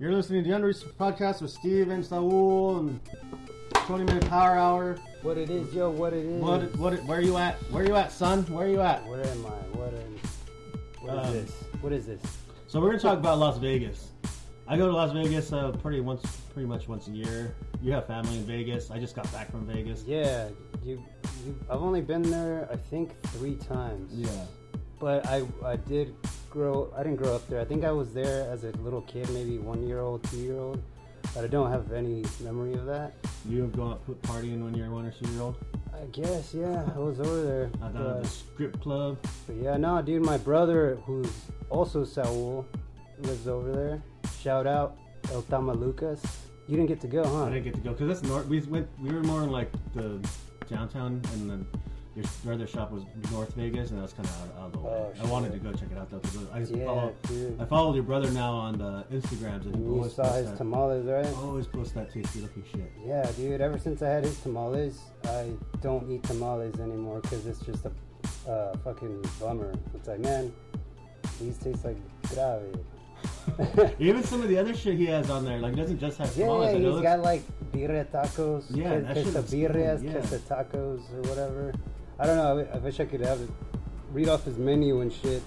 You're listening to the Unreached Podcast with Steve and Saul and 20 Minute Power Hour. What it is, yo, what it is. What, what, where you at? Where you at, son? Where you at? Where am I? What am What is Um, this? What is this? So we're gonna talk about Las Vegas. I go to Las Vegas uh, pretty once, pretty much once a year. You have family in Vegas. I just got back from Vegas. Yeah, you, you. I've only been there, I think, three times. Yeah. But I, I did grow. I didn't grow up there. I think I was there as a little kid, maybe one year old, two year old. But I don't have any memory of that. You have gone out partying when you're one or two year old. I guess, yeah, I was over there. I thought of but- the strip club. But yeah, no, dude, my brother, who's also Saul, lives over there. Shout out El Tamalucas. You didn't get to go, huh? I didn't get to go because that's north. We went. We were more in like the downtown, and then your brother shop was North Vegas, and that's kind of out, out of the way. Oh, I shit. wanted to go check it out though. 'cause I just Yeah, follow. dude. I followed your brother now on the Instagrams, and he You always saw posts his that, tamales, right? always posts that tasty looking shit. Yeah, dude. Ever since I had his tamales, I don't eat tamales anymore because it's just a uh, fucking bummer. It's like, man, these taste like grave. Even some of the other shit he has on there, like he doesn't just have yeah, tamales. yeah, I know he's it's- got like birria tacos, Yeah, que- that shit queso looks good, birrias, yeah. queso tacos, or whatever. I don't know. I, I wish I could have it read off his menu and shit.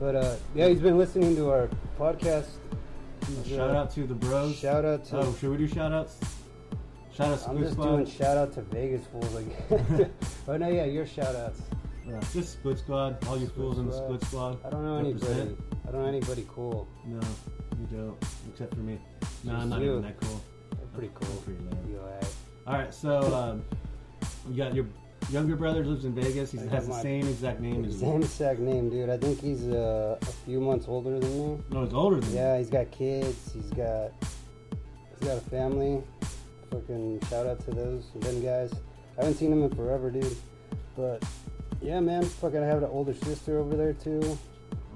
But uh, yeah, he's been listening to our podcast. He's, shout uh, out to the bros. Shout out to. Oh, should we do shout outs? Shout out I'm Spook just Squad. doing shout out to Vegas fools again. oh no, yeah, your shout outs. Yeah, just Split Squad. All you fools in the Squad. Split Squad. I don't know anybody. Represent. I don't know anybody cool. No, you don't. Except for me. No, Just I'm not you. even that cool. They're pretty I'm cool. pretty lame. You alright? All right, so um, you got your younger brother lives in Vegas. He I got has the my- same exact name as Same you. exact name, dude. I think he's uh, a few months older than me. No, it's older than Yeah, he's got kids. He's got he's got a family. Fucking shout out to those them guys. I haven't seen them in forever, dude. But yeah, man. Fucking, I have an older sister over there too. you.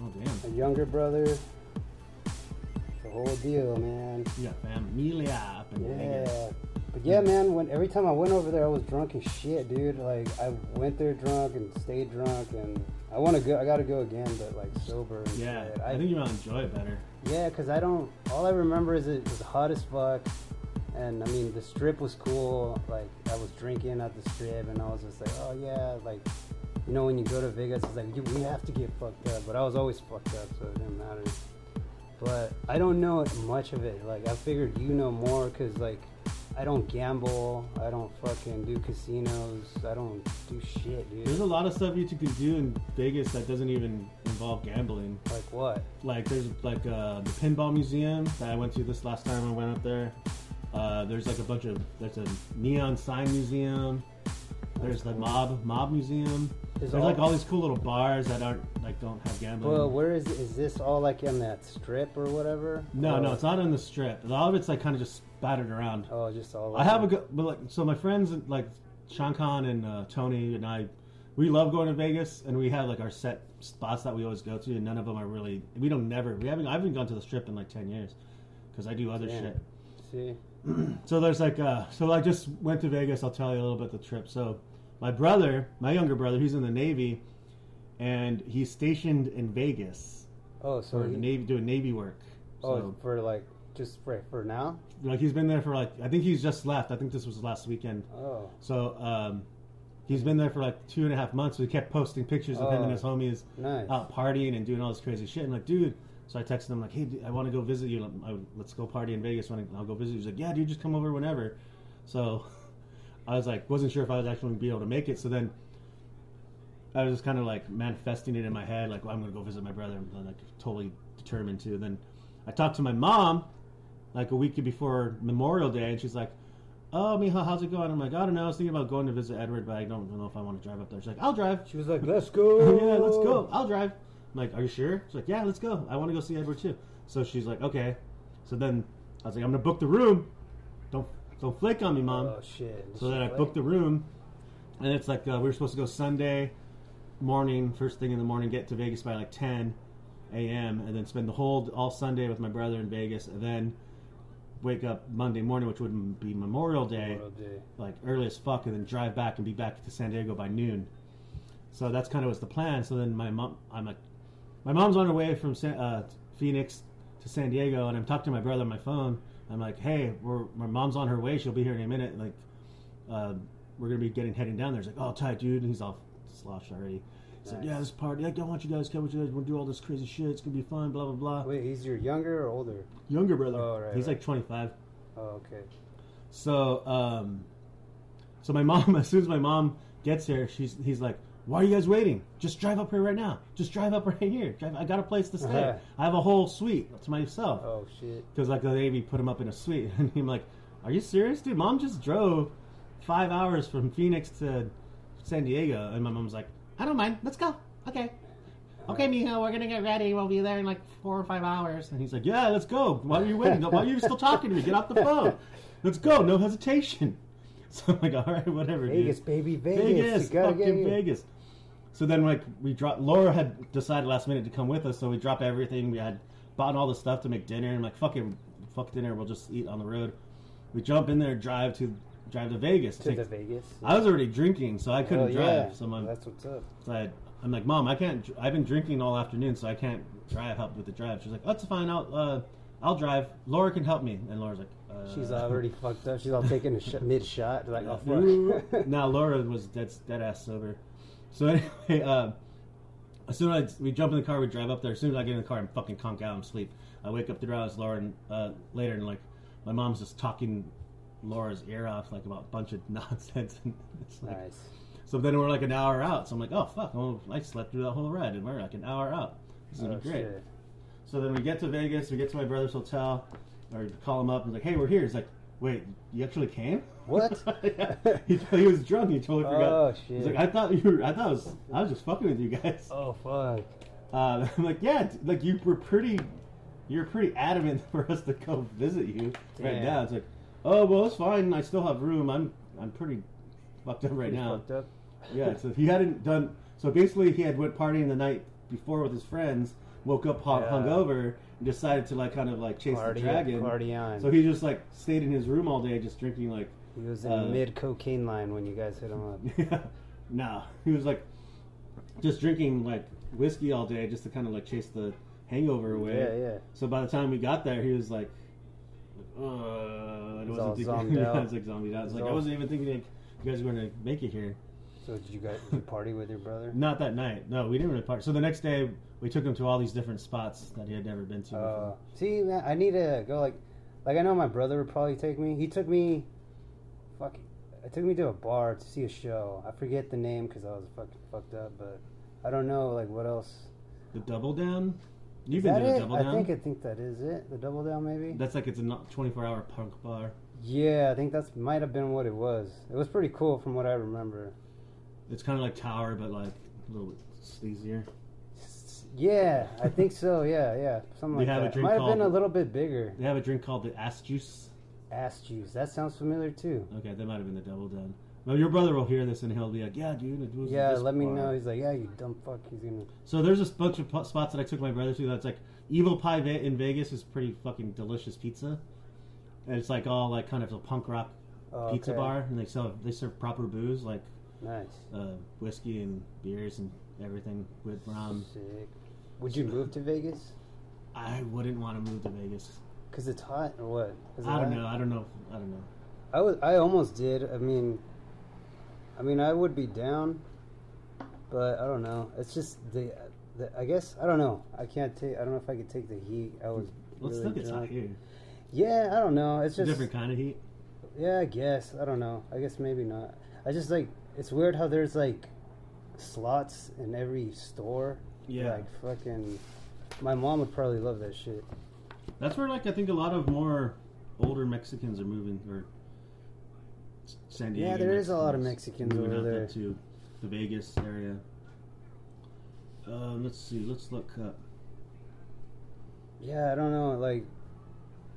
Oh damn. A younger brother. The whole deal, man. You got familia up in Yeah. Vegas. But yeah, man, when every time I went over there, I was drunk as shit, dude. Like I went there drunk and stayed drunk, and I want to go. I gotta go again, but like sober. And Yeah, shit. I, think you're gonna enjoy it better. Yeah, because I don't. All I remember is it was hot as fuck, and I mean the strip was cool. Like I was drinking at the strip, and I was just like, oh yeah, like you know when you go to Vegas, it's like you, we have to get fucked up. But I was always fucked up, so it didn't matter. But I don't know much of it. Like I figured you know more, cause like I don't gamble, I don't fucking do casinos, I don't do shit, There's dude. a lot of stuff you can do in Vegas that doesn't even involve gambling. Like what? Like there's like uh, the pinball museum that I went to this last time I went up there. Uh, there's like a bunch of there's a neon sign museum. There's the mob mob museum. Is There's all- like all these cool little bars that aren't like don't have gambling. Well, where is is this all like in that strip or whatever? No, Or- no, it's not on the strip. A lot of it's like kind of just spattered around. Oh, just all. I have a over. good, but like, so my friends like Sean Khan and uh, Tony and I, we love going to Vegas, and we have like our set spots that we always go to, and none of them are really. We don't never. We haven't. I haven't gone to the strip in like ten years, because I do other Damn. shit. See, So there's like, uh, so I just went to Vegas. I'll tell you a little bit the trip. So my brother, my younger brother, he's in the Navy, and he's stationed in Vegas oh, so for he- Navy doing Navy work. oh, So- for like just for for now. like he's been there for like I think he's just left. I think this was last weekend. Oh, So um, he's been there for like two and a half months. We kept posting pictures of him and his homies nice. out partying and doing all this crazy shit. I'm like, dude. So I texted him like, hey, dude, I want to go visit you. Like, I- Let's go party in Vegas. When I- I'll go visit you. He's like, yeah, dude, just come over whenever. So I was like, wasn't sure if I was actually gonna be able to make it. So then. I was just kind of like manifesting it in my head, like well, I'm gonna go visit my brother. I'm like totally determined to. Then I talked to my mom, like a week before Memorial Day, and she's like, "Oh, Miha, how's it going?" I'm like, "I don't know. I was thinking about going to visit Edward, but I don't know if I want to drive up there." She's like, "I'll drive." She was like, "Let's go." Oh, yeah, let's Oh. go. I'll drive. I'm like, "Are you sure?" She's like, "Yeah, let's go. I want to go see Edward too." So she's like, "Okay." So then I was like, "I'm gonna book the room. Don't don't flake on me, mom." Oh shit. So then I booked the room, and it's like uh, we were supposed to go Sunday morning, first thing in the morning, get to Vegas by like 10 a.m., and then spend the whole all Sunday with my brother in Vegas, and then wake up Monday morning, which would be Memorial Day, Memorial Day. like early as fuck, and then drive back and be back to San Diego by noon. So that's kind of was the plan. So then my mom, I'm like, my mom's on her way from San, uh, Phoenix to to San Diego, and I'm talking to my brother on my phone. I'm like, "Hey, we're, my mom's on her way. She'll be here any minute. Like, uh, we're gonna be getting heading down there." He's like, "Oh, tight, dude." And he's all sloshed already. He's like, Nice. "Yeah, this party. Like, I want you guys to come with you guys. We'll do all this crazy shit. It's gonna be fun. Blah blah blah." Wait, he's your younger or older? Younger brother. Oh, right, he's right. like 25. Oh, okay. So, um, so my mom, as soon as my mom gets here, she's he's like, "Why are you guys waiting? Just drive up here right now. Just drive up right here. Drive, I got a place to stay. Uh-huh. I have a whole suite to myself." Oh shit. Because like the lady put him up in a suite, and I'm like, "Are you serious, dude? Mom just drove five hours from Phoenix to San Diego," and my mom's like, "I don't mind. Let's go. Okay." Okay, Mijo, we're gonna get ready. We'll be there in like four or five hours. And he's like, "Yeah, let's go. Why are you waiting? Why are you still talking to me? Get off the phone. Let's go. No hesitation." So I'm like, "All right, whatever, dude." Vegas, baby, Vegas. Vegas, you gotta get fucking here. Vegas. So then, like, we dropped. Laura had decided last minute to come with us, so we dropped everything. We had bought all the stuff to make dinner, and like, fuck it, fuck dinner. We'll just eat on the road. We jump in there, drive to drive to Vegas. to Take- the Vegas. I was already drinking, so I couldn't Hell drive. yeah. So my, That's what's up. so I, I'm like, Mom, I can't. dr- I've been drinking all afternoon, so I can't drive. Help with the drive. She's like, That's fine. I'll uh, I'll drive. Laura can help me. And Laura's like, uh, She's already fucked up. She's all taking a sh- mid shot. Like, oh Ooh. fuck. now Laura was dead, dead ass sober. So anyway, uh, as soon as I, we jump in the car, we drive up there. As soon as I get in the car, I'm fucking conked out. I'm asleep. I wake up three hours Laura and, uh, later, and like my mom's just talking Laura's ear off, like about a bunch of nonsense. And it's like, nice. So then we're like an hour out. So I'm like, oh fuck, oh, I slept through that whole ride, and we're like an hour out. This is gonna Oh, be great. shit. So then we get to Vegas. We get to my brother's hotel, or call him up and like, hey, we're here. He's like, wait, you actually came? What? yeah. he, he was drunk. He totally forgot. Oh, He's shit. like, I thought you were. I thought I was. I was just fucking with you guys. Oh fuck. Uh, I'm like, yeah, d- like you were pretty. You're pretty adamant for us to go visit you right Damn. now. It's like, oh well, it's fine. I still have room. I'm. I'm pretty fucked up right Pretty now. Fucked up. Yeah, so he hadn't done. So basically, he had went partying the night before with his friends, woke up hung, Yeah. hungover, and decided to like kind of like chase Party, the dragon. party on. So he just like stayed in his room all day, just drinking like. He was in uh, mid cocaine line when you guys hit him up. nah, he was like just drinking like whiskey all day, just to kind of like chase the hangover away. Yeah, yeah. So by the time we got there, he was like, uh, I He's wasn't all thinking. zommed yeah, out. it's like zombied out. It's He's like I all- wasn't even thinking like, you guys were gonna make it here. So did you guys did you party with your brother? Not that night. No, we didn't really party. So the next day, we took him to all these different spots that he had never been to. Uh, before. see, man, I need to go. Like, like I know my brother would probably take me. He took me, fuck, it took me to a bar to see a show. I forget the name because I was fucking fucked up, but I don't know like what else. The Double Down. You've Is been that to the it? Double I Down? think I think that is it. The double down, maybe. That's like it's a 24-hour punk bar. yeah, I think that's might have been what it was. It was pretty cool from what I remember. It's kind of like Tower, but like a little bit sleazier. Yeah, I think so. Yeah, yeah, something They like have a that. drink Might have been a called- little bit bigger. They have a drink called the ass juice. Ass juice. That sounds familiar too. Okay, that might have been the double down. Well, your brother will hear this and he'll be like, "Yeah, dude, it was Yeah, this let me bar." know. He's like, yeah, you dumb fuck. He's gonna. So there's this bunch of po- spots that I took my brother to. That's like Evil Pie Ve- in Vegas is pretty fucking delicious pizza, and it's like all like kind of a punk rock Oh, pizza okay. bar, and they sell they serve proper booze like Nice. uh, whiskey and beers and everything with rum. Sick. Would you move to Vegas? I wouldn't want to move to Vegas. Cause it's hot or what? Is it I don't hot? know. I don't know. I don't know. I was. I almost did. I mean, I mean, I would be down, but I don't know. It's just the. the I guess I don't know. I can't take. I don't know if I could take the heat. I was. Let's really think it's hot drunk. here. Yeah, I don't know. It's It's a just different kind of heat. Yeah, I guess. I don't know. I guess maybe not. I just like it's weird how there's like slots in every store. Yeah. Like fucking my mom would probably love that shit. That's where, like, I think a lot of more older Mexicans are moving, or S- San Diego. Yeah, there is a lot of Mexicans moving over out there. to the Vegas area. Um, let's see. Let's look up. Yeah, I don't know. Like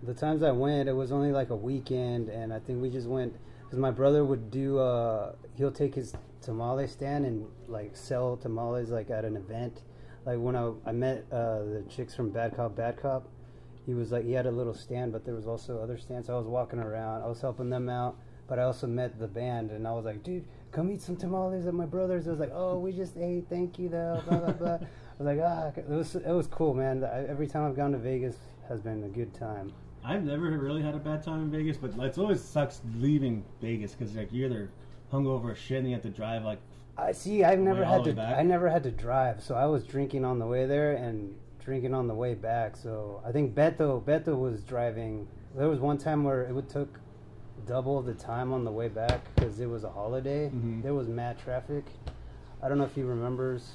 the times I went, it was only like a weekend, and I think we just went because my brother would do. uh He'll take his tamale stand and like sell tamales like at an event. Like when I I met uh, the chicks from Bad Cop Bad Cop, he was like he had a little stand, but there was also other stands. I was walking around, I was helping them out, but I also met the band, and I was like, dude, come eat some tamales at my brother's. I was like, oh, we just ate. Thank you, though. Blah blah blah. I was like, ah, it was it was cool, man. I, every time I've gone to Vegas has been a good time. I've never really had a bad time in Vegas, but it's always sucks leaving Vegas because like you're either hungover as shit and you have to drive like I see. I've never Wait, all had the to. way back? I never had to drive, so I was drinking on the way there and drinking on the way back. So I think Beto Beto was driving. There was one time where it would took double the time on the way back because it was a holiday. Mhm. There was mad traffic. I don't know if he remembers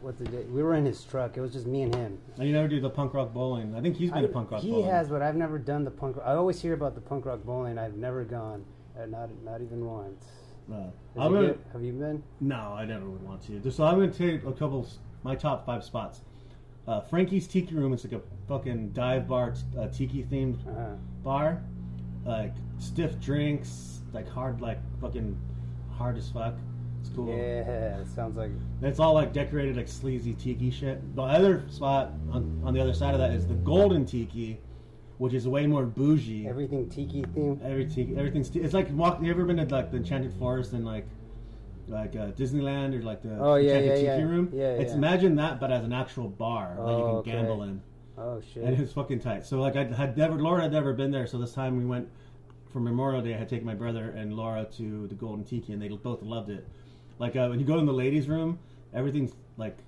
what the day we were in his truck. It was just me and him. and you never do the punk rock bowling. I think he's been to I- punk rock he bowling. has, but I've never done the punk. I always hear about the punk rock bowling. I've never gone, uh, not not even once. No. Is Uh, I'm it gonna, good? Have you been? no, I never would want to. So I'm gonna take a couple my top five spots. Uh, Frankie's Tiki Room is like a fucking dive bar, it's a tiki themed Uh-huh. bar, like stiff drinks, like hard, like fucking hard as fuck. It's cool. Yeah, it sounds like And it's all like decorated like sleazy tiki shit. The other spot on, on the other side of that is the Golden Tiki, which is way more bougie. Every, Everything tiki theme. tiki, everything's t- it's like walk. You ever been to like the Enchanted Forest and like like uh, Disneyland or like the Oh, yeah, Enchanted yeah, Tiki yeah. Room? Yeah, It's yeah. imagine that, but as an actual bar that you can Oh, okay. gamble in, Oh and shit. it's fucking tight. So like I had never Laura had never been there, so this time we went for Memorial Day. I had taken my brother and Laura to the Golden Tiki, and they both loved it. Like uh, when you go in the ladies' room, everything's like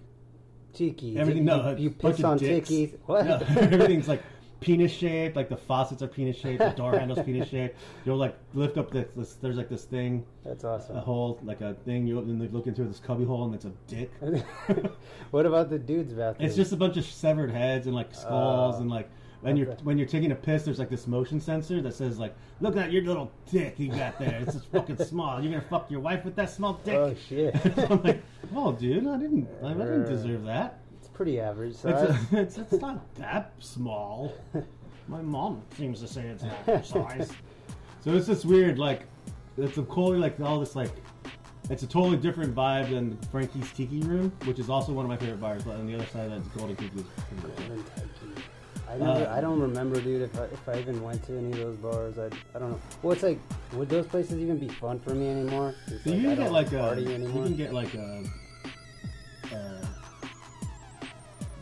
Tiki. Everything. You- No, you, you a bunch piss of on dicks. tiki. What? No, everything's like penis shaped. Like the faucets are penis shaped. The door handles penis shaped. You'll like lift up this, this. There's like this thing, That's a awesome. hole, like a thing. You open, and look into this cubby hole, and it's a dick. what about the dude's bathroom? Oh. It's just a bunch of severed heads and like skulls Oh. and like. When you're Okay. when you're taking a piss, there's like this motion sensor that says like, "Look at your little dick you got there. It's just fucking small. You're gonna fuck your wife with that small dick." Oh shit. I'm like, "Oh, dude, I didn't, I didn't deserve that." it's pretty average. So It's, I, it's, it's not that small. My mom seems to say it's that size. so it's just weird, like, it's a totally, like, all this, like, it's a totally different vibe than Frankie's Tiki Room, which is also one of my favorite bars, but on the other side of that's Golden Tiki. Golden tiki. I never, Uh, I don't remember, dude. If I, if I even went to any of those bars, I, I don't know. Well, it's like, would those places even be fun for me anymore? It's So you I can get, don't like, a, party you anymore. can get, like, a, uh,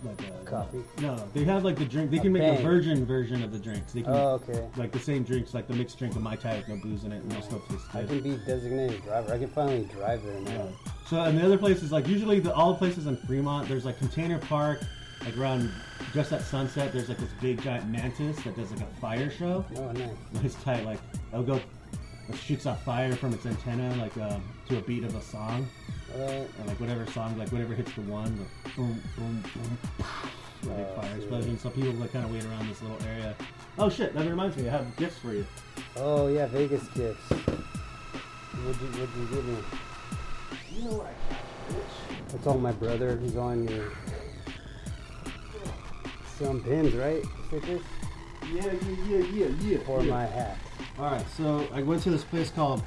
like a, Coffee? No, they have like the drink. They can make a bang. virgin version of the drinks. They can oh, okay. like the same drinks, like the mixed drink of my Thai with no booze in it and no stuff. I can be designated driver. I can finally drive there now. Yeah. So and the other place is like usually the all the places in Fremont. There's like Container Park, like around just at sunset. There's like this big giant mantis that does like a fire show. Oh, nice. It's tight. Like it'll go, it shoots out fire from its antenna like uh, to a beat of a song Uh, or like whatever song, like whatever hits the one, like boom, boom, boom, the big Oh, fire dude. explosion. So people like kind of wait around this little area. Oh shit! That reminds me, I have gifts for you. Oh yeah, Vegas gifts. What'd you, what'd you give me? You know what? I That's all my brother. He's on your some pins, right? Stickers Yeah, yeah, yeah, yeah, yeah. for my hat. All right, so I went to this place called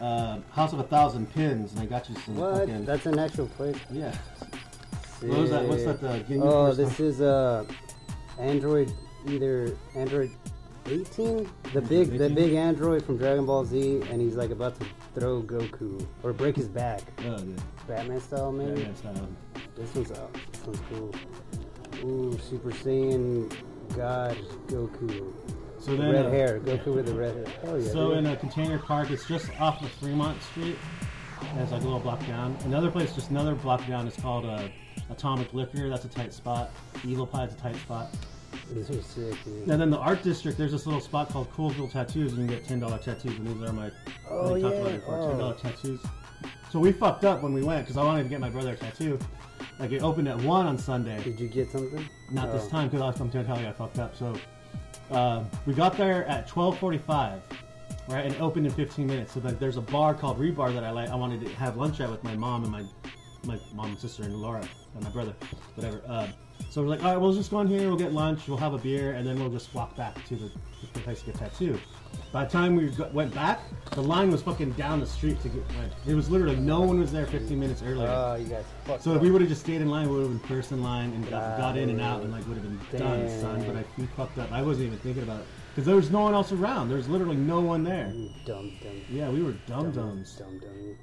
uh, House of a Thousand Pins, and I got you some What? fucking That's an actual place. yeah. Oh, What was that? What's that? uh, The game you oh, first this is uh, Android, either Android 18, the big, the 18? big Android from Dragon Ball Z, and he's like about to throw Goku or break his back, Oh, good. Batman style Yeah, maybe. yeah, it's not on. This one's out. This one's cool. Ooh, Super Saiyan God Goku. So then, red uh, hair. Goku with the red hair. Hell yeah. So dude. in a container park, it's just off of Fremont Street. And it's like a little block down. Another place, just another block down, is called uh, Atomic Liquor. That's a tight spot. Evil Pie's a tight spot. These are sick, dude. And then the art district, there's this little spot called Coolsville Tattoos, and you get ten dollar tattoos, and these are my Oh, they talked yeah. about it before, ten dollar Oh. tattoos. So we fucked up when we went because I wanted to get my brother a tattoo. Like it opened at one on Sunday, Did you get something? not Oh. this time because last time I'm telling you I fucked up. So uh, we got there at twelve forty-five, right, and it opened in fifteen minutes. So then there's a bar called Rebar that I like. I wanted to have lunch at with my mom and my my mom and sister and Laura and my brother, whatever. Uh, so we're like, all right, we'll just go in here, we'll get lunch, we'll have a beer, and then we'll just walk back to the, the place to get tattooed. By the time we got, went back, the line was fucking down the street to get. Like, it was literally no one was there 15 minutes earlier. Oh, you guys fucked. So if up. we would have just stayed in line, we would have been first in line and got, got in and out and like would have been done, Damn. son. But I we fucked up. I wasn't even thinking about it because there was no one else around. There was literally no one there. You dumb dumb. Yeah, we were dum dumb, dums. Dumb dumb.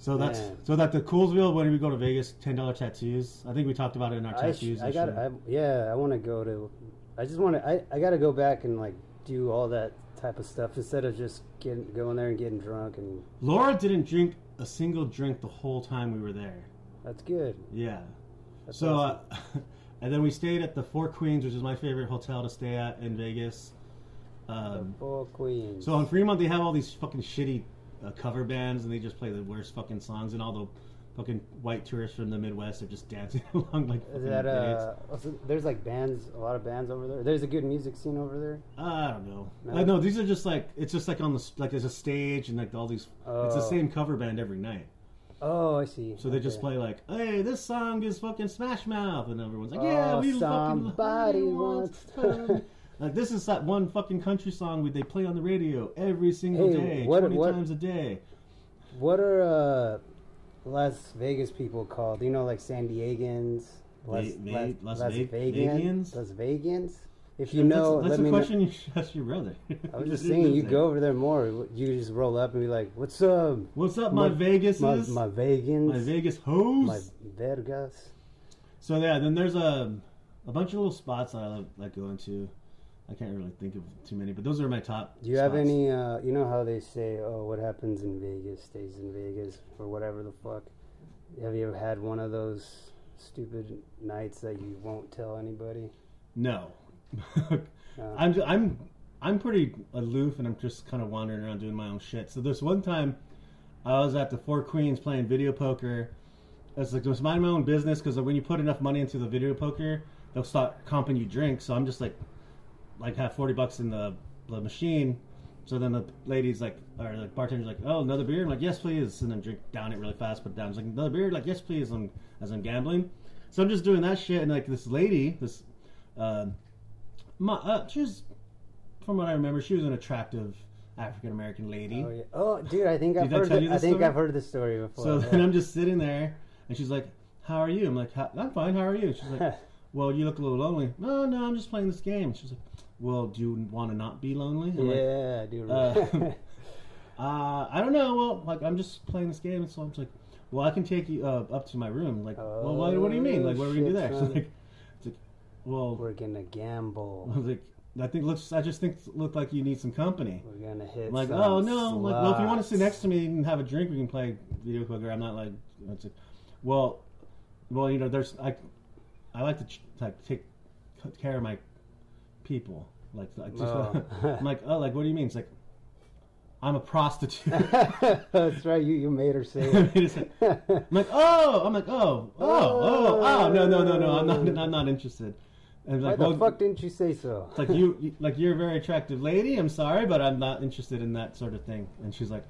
So that's Man. so that the Coolsville when we go to Vegas, ten dollar tattoos. I think we talked about it in our I, sh- tattoos. I this got. year. I, yeah, I want to go to. I just want to. I, I got to go back and like do all that type of stuff instead of just getting going there and getting drunk and Laura didn't drink a single drink the whole time we were there. that's good. Yeah. That's so, awesome. uh, and then we stayed at the Four Queens, which is my favorite hotel to stay at in Vegas. Um, the Four Queens. so in Fremont, they have all these fucking shitty uh, cover bands, and they just play the worst fucking songs, and all the fucking white tourists from the Midwest are just dancing along like Is fucking that idiots. uh? also- there's like bands, a lot of bands over there. There's a good music scene over there. I don't know. No? Uh, no, these are just like it's just like on the s- like there's a stage and like all these. It's the Oh. same cover band every night. Oh, I see. So they just Okay. play like, "Hey, this song is fucking Smash Mouth," and everyone's like, "Yeah, Oh, we fucking somebody wants to- like this is that one fucking country song we they play on the radio every single Hey, day, what- twenty what- times a day. What are uh, Las Vegas people called? You know, like San Diegans, Las, Ve- Las, Ve- Las Las Ve- Vegan- Vegians? Las Vegans. If Sure, you know, that's, that's let a me. question you should ask your brother. know. I was just saying, you go over there more. You just roll up and be like, "What's up, What's up, my, Vegas? my, is? my Vegans, my Vegas hoes. my vergas." So yeah, then there's a a bunch of little spots that I love like going to. I can't really think of too many, but those are my top. Do you have spots. any? Uh, you know how they say, "Oh, what happens in Vegas stays in Vegas," or whatever the fuck. Have you ever had one of those stupid nights that you won't tell anybody? No, No. I'm ju- I'm I'm pretty aloof, and I'm just kind of wandering around doing my own shit. So this one time, I was at the Four Queens playing video poker. It's like just mind my own business because when you put enough money into the video poker, they'll start comping you drinks. So I'm just like, like have forty bucks in the the machine. So then the lady's like, or the bartender's like, "Oh, another beer." I'm like, "Yes, please." And then drink down it really fast, put it down. It's like another beer. Like, "Yes, please." I'm, as I'm gambling, so I'm just doing that shit, and like this lady, this, um my, uh, she was, from what I remember, she was an attractive African American lady. Oh, yeah. oh, dude, I think I've Did I heard. tell thi- you I this think story? I've heard this story before. So yeah. then I'm just sitting there, and she's like, "How are you?" I'm like, "How- "I'm fine. How are you?" She's like, "Well, you look a little lonely." No, no, I'm just playing this game. She's like, "Well, do you want to not be lonely?" I'm like, yeah, dude. uh, uh, I don't know. Well, like I'm just playing this game, and so I'm just like, well, I can take you uh, up to my room. Like, well, what, what do you mean? Like, what are we gonna do Oh, there? So shit, like, it's like, well, We're gonna I gamble. was like, I think looks. I just think look like you need some company. We're gonna hit. I'm like, some oh no. I'm Like, well, if you want to sit slots. next to me and have a drink, we can play video poker. I'm not like, it's like, well, well, you know, there's I, I like to ch- like take care of my people. Like, like just, Oh. I'm like, oh, like what do you mean? It's like, I'm a prostitute. That's right. You you made her say I'm it. like, oh, I'm like, oh, oh, oh, oh, no, no, no, no, I'm not, I'm not interested. And Why like, the well, fuck didn't you say so? it's like you, you- like you're a very attractive lady. I'm sorry, but I'm not interested in that sort of thing. And she's like,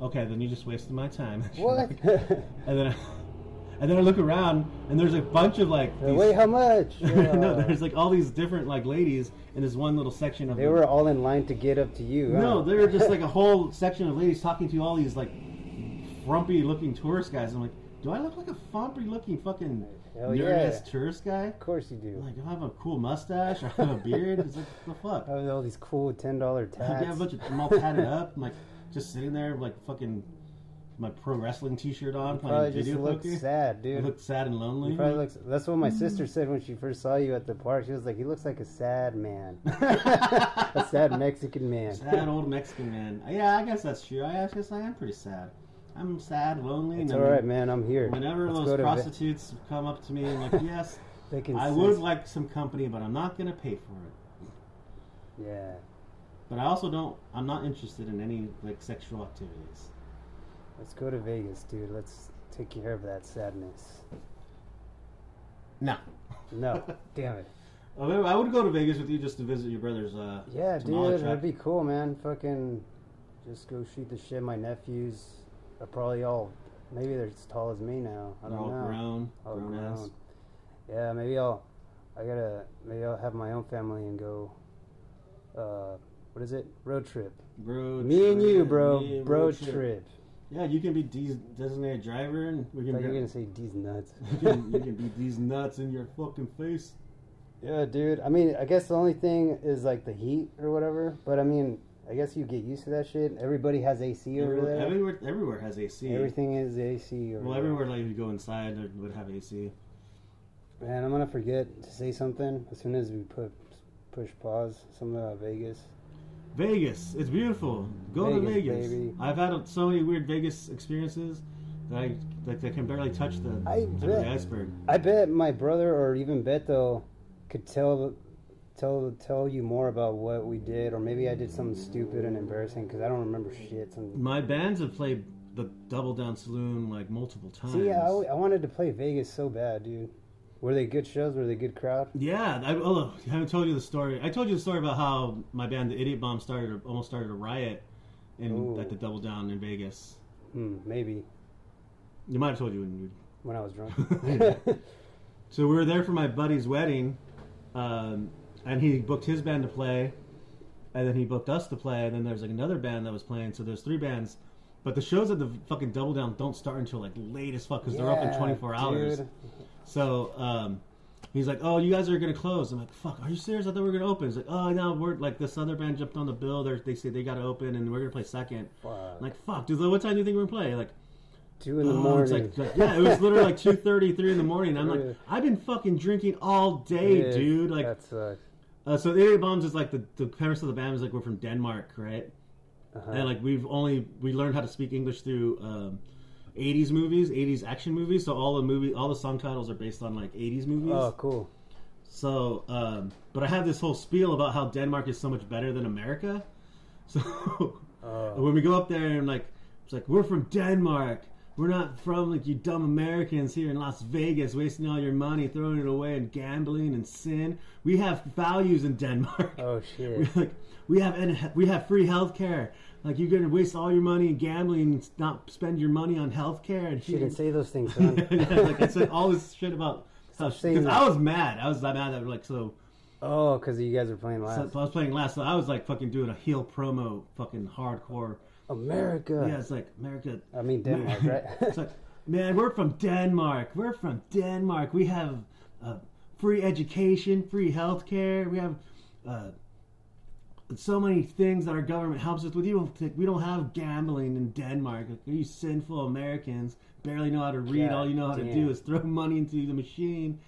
okay, then you just wasted my time. What? And then, I, and then I look around, and there's a bunch of like, these, Wait, how much? no, Yeah. there's like all these different like ladies in this one little section of They the- were all in line to get up to you. No, huh? there were just like a whole section of ladies talking to all these like frumpy looking tourist guys. I'm like, do I look like a frumpy looking fucking Hell nerd ass yeah. tourist guy? Of course you do. Like, do I have a cool mustache or I have a beard? It's like, the fuck? Oh, all these cool ten dollar Like, tats. yeah, a bunch of I'm all tatted up, I'm like just sitting there, like fucking my pro wrestling T-shirt on, Probably playing just video looked poker. sad, I dude. looked sad and lonely. He probably looks. That's what my Mm-hmm. sister said when she first saw you at the park. She was like, "He looks like a sad man, a sad Mexican man." Sad old Mexican man. Yeah, I guess that's true. I guess I am pretty sad. I'm sad, lonely. and It's I'm- all right, man. I'm here. Whenever Let's go those to prostitutes come up to me and like, yes, Ve- they can I sis- would like some company, but I'm not gonna pay for it. Yeah, But I also don't. I'm not interested in any like sexual activities. let's go to Vegas, dude. Let's take care of that sadness. No. No, damn it. I mean, I would go to Vegas with you just to visit your brother's. Uh, Yeah, Tamale dude, truck. that'd be cool, man. Fucking, just go shoot the shit. My nephews are probably all, maybe they're as tall as me now. I they're don't all know. grown, All grown ass. grown. Yeah, maybe I'll. I gotta. Maybe I'll have my own family and go. Uh, what is it? Road trip. Bro, me and you, trip, bro. me and bro road trip. Yeah, you can be de- designated driver, and we can. Thought be- you were gonna say these nuts. you can, you can beat these nuts in your fucking face. yeah, dude. I mean, I guess the only thing is like the heat or whatever. But I mean, I guess you get used to that shit. Everybody has AC over Everywhere, there. everywhere, everywhere has AC. Everything is AC. Over Well, there. everywhere like you go inside there would have AC. Man, I'm gonna forget to say something as soon as we put push pause. Something about Vegas. Vegas, it's beautiful. Go to Vegas, Vegas. baby. I've had so many weird Vegas experiences that I like. I can barely touch the I tip of bet. the iceberg. I bet my brother or even Beto could tell tell tell you more about what we did, or maybe I did something stupid and embarrassing because I don't remember shit. Some, My bands have played the Double Down Saloon like multiple times. see, I, I wanted to play Vegas so bad, dude. Were they good shows? Were they good crowd? Yeah, I, oh, I haven't told you the story. I told you the story about how my band, the Idiot Bomb, started almost started a riot in Ooh. at the Double Down in Vegas. Hmm, maybe You might have told you when you when I was drunk. So we were there for my buddy's wedding, um, and he booked his band to play, and then he booked us to play, and then there's like another band that was playing. So there's three bands, but the shows at the fucking Double Down don't start until like late as fuck because they're up in Yeah, 24 hours. dude. So um, he's like, "Oh, you guys are gonna close." I'm like, "Fuck, are you serious? I thought we were gonna open." He's like, "Oh, no, we're like this other band jumped on the bill. They're, they say they gotta open, and we're gonna play second. Fuck. I'm like, "Fuck, dude, what time do you think we're gonna play?" Like. Two in the Oh, it's morning. like- like- yeah, it was literally like 2.30, 3 in the morning. I'm Yeah. like, I've been fucking drinking all day, Yeah, dude. Like, that sucks. uh, so the Idiot Bombs is like the, the premise of the band is like we're from Denmark, right? Uh-huh. And like we've only we learned how to speak English through um, 80s movies, 80s action movies. So all the movie, all the song titles are based on like 80s movies. Oh, cool. So, um, but I have this whole spiel about how Denmark is so much better than America. So Oh. when we go up there and like, it's like we're from Denmark. We're not from like you dumb Americans here in Las Vegas, wasting all your money, throwing it away, and gambling and sin. We have values in Denmark. Oh We shit. like we have and we have free health care. Like you're gonna waste all your money in gambling and not spend your money on health care and She shit. didn't say those things, son. yeah, like I said all this shit about how saying because that. I was mad. I was that mad that like so, oh, because you guys are playing so last. I was playing last, so I was like fucking doing a heel promo, fucking hardcore. America. oh, Yeah, it's like America. I mean Denmark, right? It's like man, we're from Denmark. We're from Denmark. We have uh, free education, free healthcare. We have. Uh, so many things that our government helps us with. You don't think- we don't have gambling in Denmark. Like, you sinful Americans barely know how to read. God All you know how to damn. do is throw money into the machine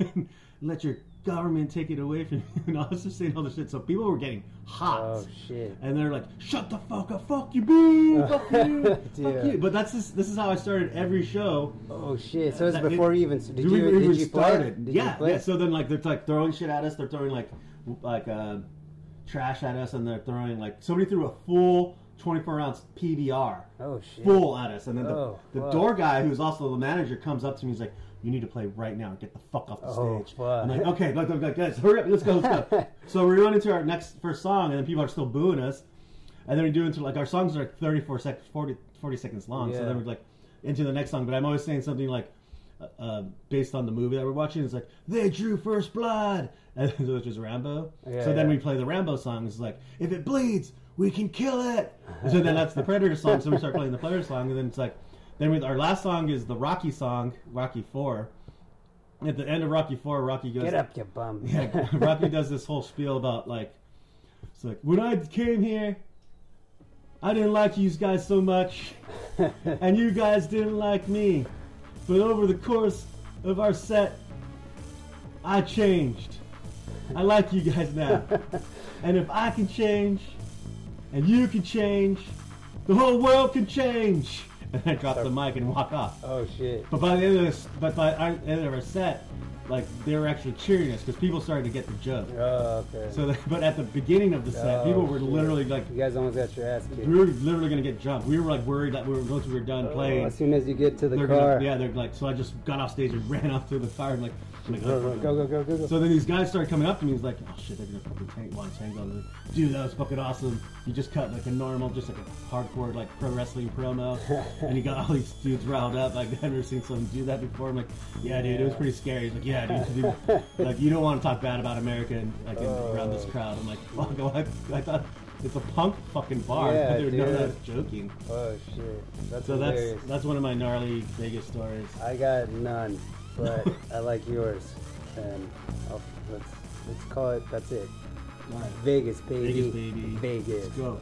and let your government take it away from you. And I was just saying all this shit. So people were getting hot. oh shit. And they're like, "Shut the fuck up! Fuck you, boo! Fuck you! Yeah. fuck you!" But that's just, this is how I started every show. Oh shit. So it's That- before you even did we you even- we did even you play? started. Did yeah, you play? yeah. So then like they're like throwing shit at us. They're throwing like w- like uh, trash at us, and they're throwing like somebody threw a full twenty four ounce PBR Oh shit. full at us, and then the, Oh, the fuck. door guy who's also the manager comes up to me. He's like, "You need to play right now. Get the fuck off the Oh, stage." fuck. I'm like, "Okay, like, like, guys, hurry up, let's go, let's go." so we run into our next first song, and then people are still booing us, and then we do into like our songs are like 34 seconds, 40, 40 seconds long. So Yeah. then we're like into the next song, but I'm always saying something like. uh, Uh, based on the movie that we're watching, it's like they drew first blood, and which was Rambo. Yeah, so then yeah. we play the Rambo song. It's like if it bleeds, we can kill it. And so then that's the Predator song. So we start playing the Predator song, and then it's like, then we, our last song is the Rocky song, Rocky Four. At the end of Rocky Four, Rocky goes, Get up, you bum. yeah, Rocky does this whole spiel about like, it's like when I came here, I didn't like you guys so much, and you guys didn't like me, but over the course of our set, I changed. I like you guys now, and if I can change, and you can change, the whole world can change. And I drop the mic and walk off. oh shit. But by the end of this, but by our end of our set, like they were actually cheering us because people started to get the joke. Oh okay. So, the, but at the beginning of the set, Oh, people were shit. literally like, you guys almost got your ass kicked. we were literally gonna get jumped. We were like worried that we were once we were done Oh, playing, as soon as you get to the they're car. gonna, yeah, they're like. So I just got off stage and ran off to the car and like, I'm like, Go go go go go. go. so then these guys started coming up to me. He's like, "Oh shit, they're gonna fucking tank, want to tank on me, dude. That was fucking awesome. You just cut like a normal, just like a hardcore like pro wrestling promo, and you got all these dudes riled up. Like I've never seen someone do that before. I'm like, yeah, dude, it was pretty scary. He's like, yeah, dude, 'cause you- like you don't want to talk bad about America and like in- Oh. around this crowd. I'm like, fuck, I, I thought it's a punk fucking bar. Yeah, I didn't know dude. that I was joking. oh shit. That's So that's hilarious. that's one of my gnarly Vegas stories. I got none, but I like yours, and I'll, let's let's call it. That's it. All right. Vegas, baby. Vegas, baby. Vegas. Let's go.